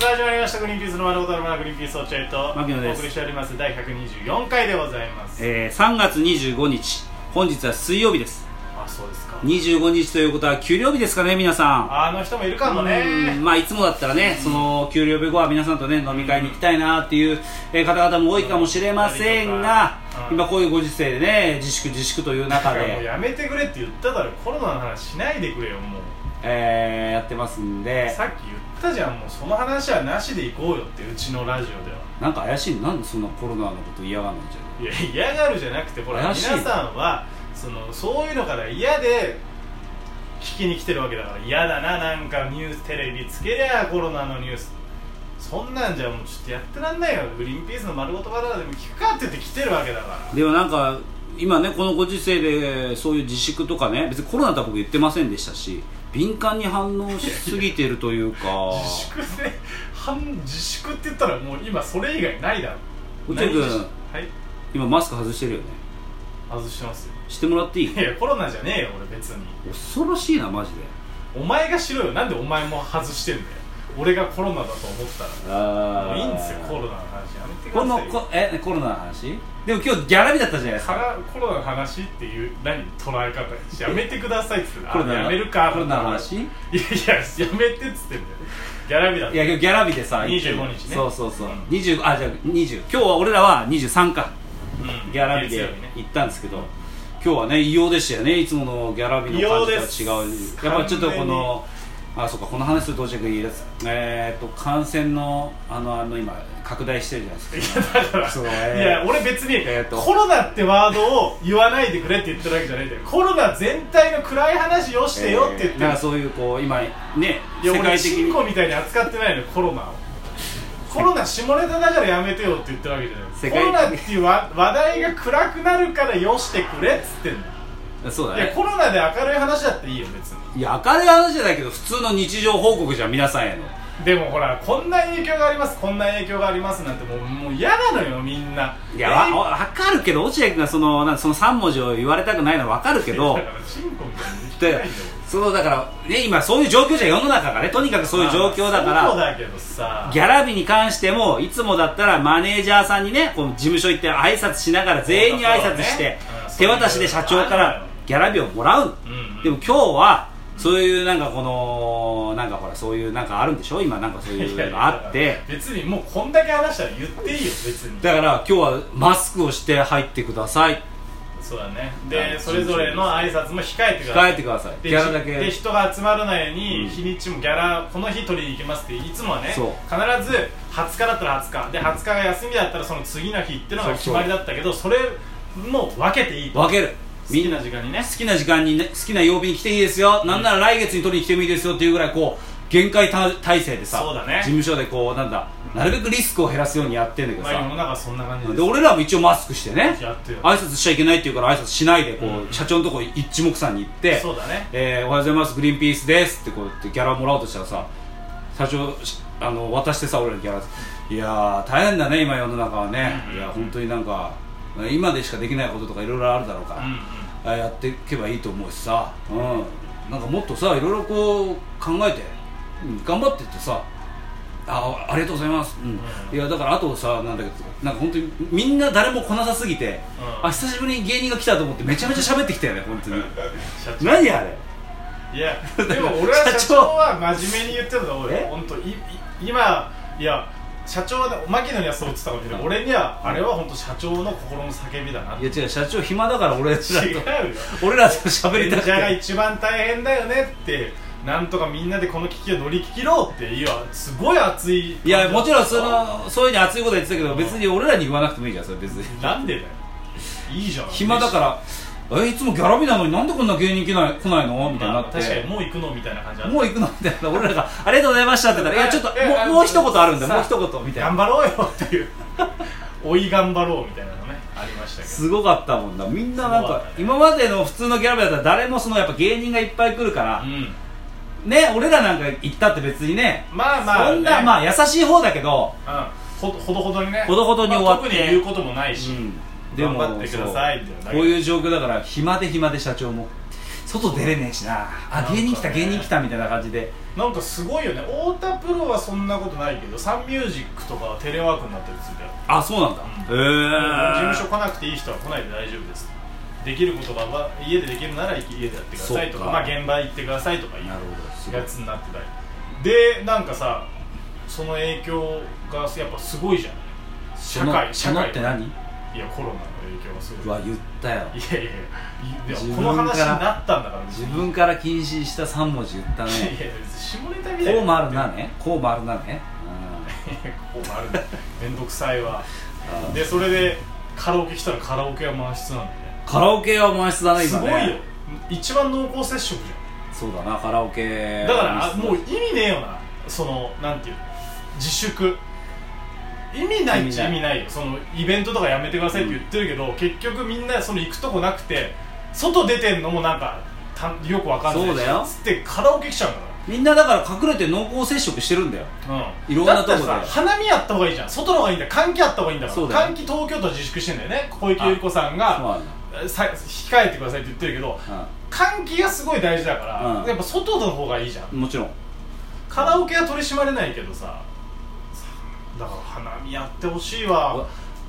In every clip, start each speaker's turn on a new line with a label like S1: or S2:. S1: 始まりました「グリーンピースの丸ごとの村グリーンピース落合」と
S2: 牧野です
S1: お送りしております第124回でございます
S2: えー、3月25日本日は水曜日です
S1: あそうですか
S2: 25日ということは給料日ですかね皆さん
S1: あの人もいるかも
S2: う
S1: ね
S2: んまあいつもだったらねその給料日後は皆さんとね飲み会に行きたいなっていうえー方々も多いかもしれませんが
S1: うん
S2: 今こういうご時世でね自粛自粛という
S1: だ
S2: 中
S1: からもう
S2: で
S1: やめてくれって言っただろコロナの話しないでくれよもう
S2: えーやってますんで
S1: さっき言ったじゃんもうその話はなしで行こうよってうちのラジオでは
S2: なんか怪しいなんでそんなコロナのこと嫌がるんじ
S1: いや嫌がるじゃなくてほら皆
S2: 怪しい
S1: さんはそのそういうのから嫌で聞きに来てるわけだから嫌だななんかニューステレビつけりゃコロナのニュースそんなんじゃもうちょっとやってらんないよグリーンピースの丸ごとバナナでも聞くかって言って来てるわけだから
S2: ゃでもなんか今ねこのご時世でそういう自粛とかね別にコロナとは僕言ってませんでしたし敏感に反応しすぎてるというか
S1: 自粛で反自粛って言ったらもう今それ以外ないだろ
S2: 落合君
S1: 何自粛はい
S2: 今マスク外してるよね
S1: 外してますよ
S2: してもらっていい
S1: いやコロナじゃねえよ俺別に
S2: 恐ろしいなマジで
S1: お前がしろよなんでお前も外してんだよ俺がコロナだと思ったらも
S2: あ
S1: ういいんですよコロナの話やめてく
S2: こ
S1: だ
S2: の
S1: さいよ
S2: こえコロナの話でも今日ギャラビだったじゃないです
S1: か
S2: から
S1: コロナの話っていう何捉え方やめてくださいっつってんだ
S2: コロナ
S1: あやめるか
S2: コロナの話
S1: い
S2: い
S1: やいややめてっつってんだよギャラビだ
S2: や今日ギャラビでさ
S1: 25日ね
S2: そうそうそう、
S1: うん
S2: 20あじゃあ20今日は俺らは23か
S1: うん
S2: ギャラビ
S1: 月
S2: で
S1: 曜日ね
S2: 行ったんですけど、今日はね異様でしたよねいつものギャラビの感じとは違
S1: 異様です
S2: うやっぱちょっとこのあそうかこの話すると落合君いいですえー、っと感染のあのあの今拡大してるじゃないですか
S1: だから
S2: そ
S1: い
S2: うね
S1: や俺別に
S2: えーっと
S1: コロナってワードを言わないでくれって言ってるわけじゃないんだよコロナ全体の暗い話をしてよって言ってる、
S2: なんかそういうこう今ね
S1: いや
S2: 世
S1: 俺
S2: 界的
S1: チン
S2: に
S1: コみたいに扱ってないのコロナをコロナ下ネタだからやめてよって言ってるわけじゃな
S2: 世
S1: い
S2: 界
S1: コロ
S2: 的
S1: ナっていうわ話題が暗くなるからよしてくれっつってんの
S2: そうだ
S1: いや
S2: ね
S1: コロナで明るい話だっていいよ別に
S2: いや明るい話じゃないけど普通の日常報告じゃん皆さんへの
S1: でもほらこんな影響がありますこんな影響がありますなんてもうもう嫌なのよみんないい
S2: やわわかるけど落合君がそのなんその3文字を言われたくないのはわかるけど
S1: だからチンコみたいに言って
S2: で
S1: ないよ
S2: そのだから、ね、今そういう状況じゃん世の中がねとにかくそういう状況だか
S1: まあそう
S2: ら
S1: だけどさ
S2: ギャラ日に関してもいつもだったらマネージャーさんにねこの事務所行って挨拶しながら全員に挨拶して
S1: そう
S2: 手
S1: だねうん
S2: 渡しで社長からギャラ日をもらうの
S1: うんうん
S2: でも今日はそういうなんかこのなんかほらそういうなんかあるんでしょ今なんかそう
S1: い
S2: い
S1: や
S2: う
S1: い
S2: の
S1: や
S2: あって
S1: 別にもうこんだけ話したら言っていいよ別に
S2: だから今日はマスクをして入ってください
S1: そうだね
S2: は
S1: で
S2: い
S1: それぞれの挨拶も控えてくださ
S2: 控
S1: い
S2: えてください
S1: で
S2: ギャラ
S1: で
S2: だけ
S1: 人が集まらないように、
S2: うん
S1: 日にちもギャラこの日取りに行きますっていつもはね必
S2: そう
S1: ず20日だったら20日で20日が休みだったらその次の日ってのが
S2: そう
S1: 決
S2: そう
S1: まりだったけどそれも分けていいと好
S2: 分けるみ
S1: き
S2: ん
S1: な
S2: な好
S1: 時間にね
S2: きな時間にね好きな曜日に来ていいですよなんなら来月に取りに来てもいいですよっていうぐらいこう限界た体制でさ
S1: そうだね
S2: 事務所でこうなんだなるべくリスクを減らすようにやってんだけど
S1: まあ世の
S2: さ
S1: 中はそんな感じです
S2: で俺らも一応マスクしてね
S1: やってよ
S2: 挨拶しちゃいけないっていうから挨拶しないでこ
S1: うん
S2: う社長のとこ一目散に行って
S1: そうだね
S2: えー、おはようございますグリーンピースですってこうやってギャラもらおうとしたらさ社長しあの渡してさ俺らにギャラいやー大変だね今世の中はね、
S1: うん
S2: いや本当になんか今でしかできないこととかいろいろあるだろうか
S1: う
S2: ら、
S1: んうん
S2: あやっていけばいいと思うしさ、うん、なんかもっとさいろいろこう考えて、うん頑張ってってさあありがとうございます、うん
S1: うん
S2: いやだからあとさなんだけどなんか本当にみんな誰も来なさすぎて、
S1: うん
S2: あ久しぶりに芸人が来たと思ってめちゃめちゃ喋ってきたよね本当に
S1: 社長
S2: 何あれ
S1: い やでも俺は社
S2: 社
S1: 長
S2: 長
S1: は真面目に言ってるの俺
S2: え
S1: 本当いい今いや社長はね牧野にはそう言ってたかもしれない俺にはあれは本当社長の心の叫びだなっ
S2: い
S1: て
S2: や違う社長暇だから俺らと
S1: 違うよ
S2: 俺らと喋りたく
S1: じゃが
S2: て
S1: 一番大変だよねってなんとかみんなでこの危機を乗り切ろうっていやすごい熱い
S2: いやもちろんそのそういうふうに熱いことは言ってたけど別に俺らに言わなくてもいいじゃんそれ別に
S1: なんでだよいいじゃん
S2: 暇だからえいつもギャラ日なのになんでこんな芸人来ない来ないのみたいに
S1: ま
S2: な
S1: あ
S2: っ
S1: 確かに
S2: て
S1: もう行くのみたいな感じある
S2: もう行くのみたいな俺らが「ありがとうございました」って言ったら「いやちょっ
S1: えあ
S2: ともうもう一言あるんだ
S1: さ
S2: もう一言」みたい
S1: 頑
S2: な
S1: 張ろうよっていう 追い頑張ろうみたいなのねありましたけど
S2: すごかったもんだみんななん
S1: すごかっ
S2: か
S1: たね
S2: 今までの普通のギャラ日だったら誰もそのやっぱ芸人がいっぱい来るから
S1: うん
S2: ね俺らなんか行ったって別にね
S1: まあまあ、ね、
S2: そんなまあ優しい方だけど
S1: うん、ほほどほどにね
S2: ほどほどに終わって
S1: まあ特に言うこともないし、
S2: うん
S1: 頑張ってくださいみたいな
S2: そうこういう状況だから暇で暇で社長も
S3: 外出れねえしな
S1: なん
S3: あ
S1: かね
S3: 芸人来た芸人来たみたいな感じで
S1: なんかすごいよね太田プロはそんなことないけどサンミュージックとかはテレワークになったりするんだよ
S2: あそうなんだ
S1: うん
S2: へえ
S1: 事務所来なくていい人は来ないで大丈夫ですできることがまあ家でできるなら家でやってくださいとか
S2: そっか
S1: まあ、現場行ってくださいとかいう
S2: なるほどすごい
S1: やつになってたりでなんかさその影響がやっぱすごいじゃん社会
S2: そ
S1: 社
S2: の
S1: 会
S2: って何
S1: いやコロナの影響がすごいう
S2: わ言ったよ
S1: いやいやいやい
S2: 自
S1: や
S2: 分
S1: この話に
S2: から
S1: なったんだから
S2: 自分から禁止した3文字言った
S1: いやい
S2: ね
S1: や下ネタみたい
S2: こう
S1: な
S2: 回るなねこう回るなねうん
S1: いやこうもあるんだめんどくさいわ
S2: あー
S1: でそれでカラオケ来たらカラオケは満室なんだよ
S2: カラオケは満室だ
S1: ね
S2: ね
S1: す
S2: 今
S1: ご
S2: ね
S1: いよ一番濃厚接触じ
S2: そうだなカラオケ
S1: ゃんだからあもう意味ねえよなそのなんていうの自粛意味ないっちゃ意味ないよそのイベントとかやめてくださいって言ってるけど、結局みんなその行くとこなくて外出てんのもなんかたよくわかんないし
S2: そうだよ
S1: つってカラオケ来ちゃうんだから
S2: みんなだから隠れて濃厚接触してるんだよ
S1: うん
S2: いろんなとこで
S1: だってさ花見やった方がいいじゃん外の方がいいんだよ換気やった方がいいんだか
S2: そ
S1: ら
S2: うだよ
S1: 換気東京都自粛してんだよね小池百合子さん
S2: そう
S1: が
S2: なんだ
S1: さ控えてくださいって言ってるけど換気がすごい大事だから、
S2: うん
S1: やっぱ外の方がいいじゃん
S2: うんもちろん
S1: カラオケは取り締まれないけどさだから花見やってほしいわ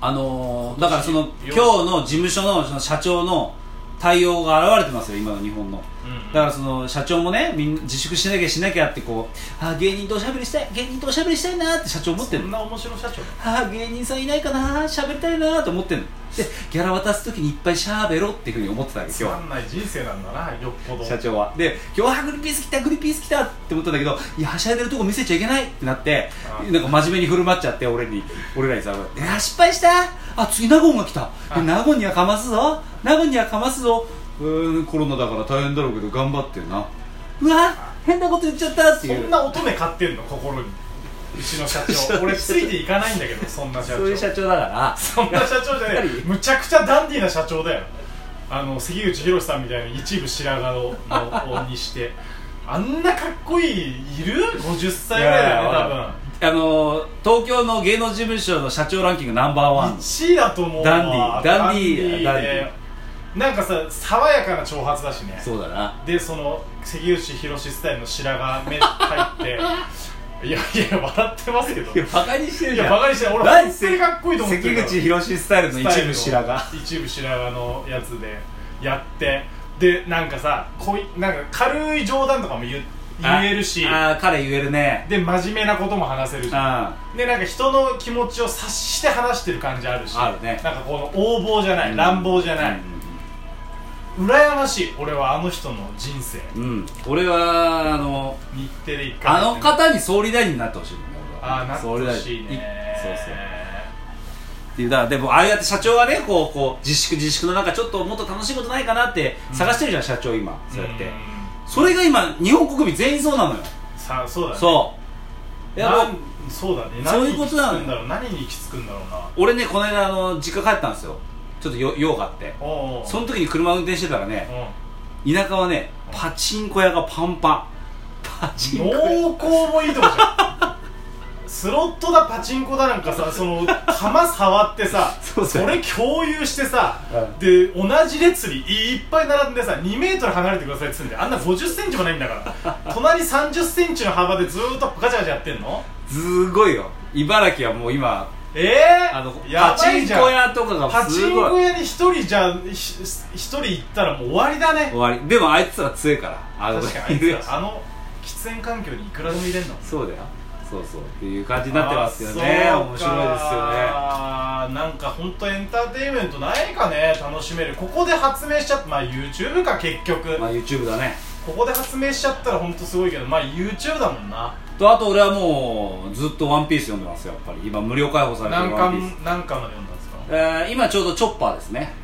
S2: あのーだからその
S1: 今
S2: 今
S1: 年
S2: 日の事務所のその社長の対応が現れてますよ今の日本の
S1: うん
S2: だからその社長もねみんな自粛しなきゃしなきゃってこうあー芸人とおしゃべりしたい芸人とおしゃべりしたいなーって社長思って
S1: そ
S2: る
S1: んな面白社長
S2: ああ芸人さんいないかなしゃべりたいなと思ってんのでギャラ渡す時にいっぱいしゃべろっていうふうに思ってたわけ
S1: つ
S2: 今
S1: ま
S2: 日
S1: んない人生なんだなよっぽど
S2: 社長はで今日はグリピース来たグリピース来たって思ったんだけどいやはしゃいでるとこ見せちゃいけないってなって
S1: ああ
S2: なんか真面目に振る舞っちゃって俺に俺らにさ「いや失敗したあ次納言が来た
S1: あ
S2: 納言にはかますぞ納言にはかますぞうーんコロナだから大変だろうけど頑張ってんなうわ変なこと言っちゃった」って
S1: そ
S2: いうん
S1: な乙女買ってんの心にうちの社
S2: 社
S1: 長
S2: 長
S1: 俺ついていかないんだけどそんな社
S2: そういう
S1: 長
S2: 社長だから
S1: そんな社長じゃね
S2: やっぱ
S1: えむちゃくちゃダンディーな社長だよあの関口宏さんみたいに一部白髪をのにしてあんなかっこいいいる50歳ぐらいだ
S2: いやい
S1: よ
S2: や
S1: ね
S2: あのー東京の芸能事務所の社長ランキングナンバー
S1: 多
S2: ワ
S1: 分
S2: ン
S1: 1位だと思うわ
S2: ダンディーダンディー
S1: ダ
S2: ダ
S1: ン
S2: ン
S1: デ
S2: デ
S1: ィ
S2: ィ
S1: ーでなんかさ爽やかな長髪だしね
S2: そうだな
S1: でその関口宏スタイルの白髪目入って いやいや笑ってますけど
S2: いやバカにしてる
S1: い
S2: じゃん
S1: やバカにしてない俺本当にかっこいいと思ってるから
S2: 関口宏スタイルの一部白髪
S1: 一部白髪のやつでやってでなんかさこいなんか軽い冗談とかも言う言えるし
S2: ああー彼言えるね
S1: で真面目なことも話せるし
S2: あ
S1: でなんか人の気持ちを察して話してる感じあるし
S2: あるね
S1: なんかこの横暴じゃない、乱暴じゃない、羨ましい俺はあの人の人生
S2: うん、うん俺はあの
S1: 日テレ一回
S2: あの方に総理大臣になってほしいのね俺は
S1: ああなって
S2: 総理
S1: ほ
S2: 大臣
S1: しい
S2: い
S1: ね
S2: そうそうっていうだからでもああやって社長はねこうこう自粛自粛の中ちょっともっと楽しいことないかなって探してるじゃん、社長今そうやって
S1: ん
S2: それが今日本国民全員そうなのよ
S1: さあそうだね
S2: そういや
S1: な
S2: もうん
S1: そうだね
S2: そういうことなの
S1: 何に行き着くんだろう何に行き着くんだろうな
S2: 俺ねこの間あの実家帰ったんですよちょっとよ用があって
S1: おうおう
S2: その時に車運転してたらね
S1: う
S2: 田舎はねパチンコ屋がパンパンパチンコ
S1: ん
S2: 屋
S1: 濃厚もいいとこじゃ んスロットだパチンコだなんかさその玉触って さ
S2: そうそう
S1: れ共有してさ、
S2: う
S1: で同じ列にいっぱい並んでさ2メートル離れてくださいっつうんであんな5 0センチもないんだから 隣3 0ンチの幅でずーっとガチャガチャやってんの
S2: すごいよ茨城はもう今
S1: えー、
S2: あの
S1: や
S2: パ
S1: ば
S2: チ
S1: い
S2: ン
S1: じゃん
S2: コ屋とかが
S1: パ
S2: す
S1: チンコ
S2: ごい
S1: 屋に一人じゃひ一人行ったらもう終わりだね
S2: 終わりでもあいつら強いからあの
S1: 確かにあいつらあの喫煙環境にいくらでも入れんの
S2: そうだよそうそうっていう感じになってますよね
S1: あ
S2: 面白いです
S1: そ
S2: よね
S1: うかなんか本当エンターテインメントないかね楽しめるここで発明しちゃったまあ YouTube か結局、
S2: まあ YouTube だね
S1: ここで発明しちゃったら本当すごいけどまあ YouTube だもんな
S2: とあと俺はもうずっと「ワンピース読んでますよやっぱり今無料開放されて
S1: 何
S2: る「ワンピ
S1: 巻
S2: ース
S1: 何巻まで読んだんですか
S2: えー今ちょうどチョッパーですね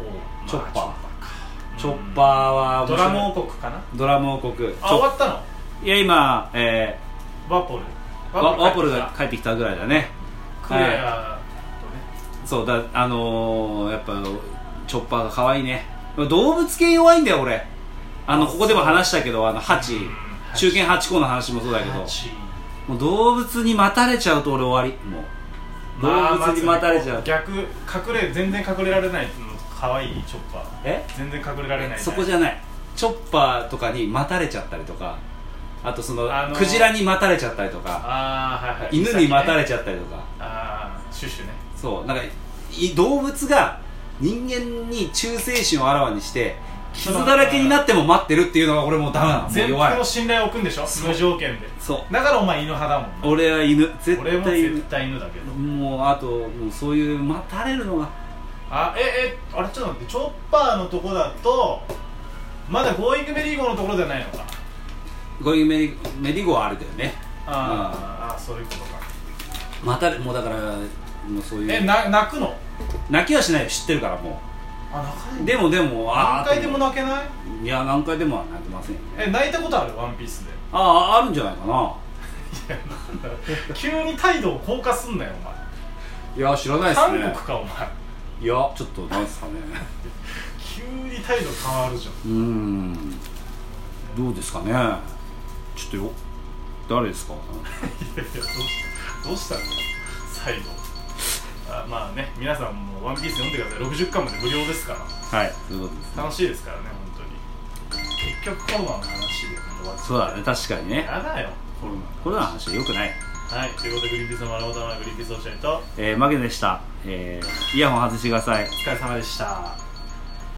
S1: おう
S2: チョッパー
S1: まあ
S2: チョッ
S1: ーか
S2: パーは
S1: うん
S2: 面
S1: ド
S2: 白
S1: ラ
S2: い
S1: ム王国かな
S2: ドラム王国
S1: あ終わったの
S2: いや今、え
S1: ワポル
S2: ー、ワワポル
S1: 帰って
S2: が帰ってきたぐらいだね
S1: きたクレアとね
S2: そうだあのー、やっぱチョッパーが可愛いね動物系弱いんだよ俺あのここでも話したけどあのハチ
S1: うん
S2: 中堅ハチ公の話もそうだけど
S1: ハチ
S2: もう動物に待たれちゃうと俺終わりもう動
S1: まあ
S2: 物に待たれちゃ
S1: ま
S2: う
S1: ず逆隠れ全然隠れられないの可愛いチョッパー
S2: え
S1: 全然隠れられないね
S2: そこじゃないチョッパーとかに待たれちゃったりとかあとその、
S1: あのー
S2: クジラに待たれちゃったりとか
S1: ああはいはい
S2: 犬に待たれ
S1: ゃ
S2: ちゃったりとか、
S1: ああシュッシュね
S2: そうなんかい動物が人間に忠誠心をあらわにして傷だらけになっても待ってるっていうのが俺もうダメなのもう
S1: 全
S2: 弱
S1: 方
S2: い
S1: の信頼を置くんでしょ無条件で
S2: そう
S1: だからお前犬派だもんな
S2: 俺は犬絶
S1: 俺も
S2: 対犬
S1: 絶対犬だけど
S2: もうあともうそういう待たれるのが
S1: あええあれちょっと待ってチョッパーのとこだとまだゴーイングメリーゴーのところじゃないのか
S2: ゴイメリメリゴはあるけどね
S1: あーあーそういうことか
S2: 待たれもうだからもうそういう
S1: えな泣くの
S2: 泣きはしないよ知ってるからも
S1: あ泣かな
S2: う
S1: い
S2: でもでもあー
S1: 何回でも泣けない
S2: いや何回でもは泣いてませんよね
S1: え泣いたことあるワンピースで
S2: あああるんじゃないかない
S1: やなんだろう急に態度を硬化すんなよお
S2: いや知らな
S1: 前
S2: いっ
S1: 韓
S2: す
S1: 国
S2: ね
S1: かお前
S2: いやちょっとなんすかね
S1: 急に態度変わるじゃん
S2: うーんどうですかねちょっとよ誰ですか
S1: いやいやどうしたどうしたの最後あまあね皆さんも「ワンピース読んでください60巻まで無料ですから
S2: はいそういうことですね
S1: 楽しいですからね本当に結局コロナの話で終わっち
S2: そうだね確かにね
S1: ゃうやだよコロ
S2: これは話はよくない
S1: ナはいということでグリーンピースの丸本のグリーンピースおしゃれと
S2: えー、マゲでした、えー、イヤホン外してください
S1: お疲れ様でした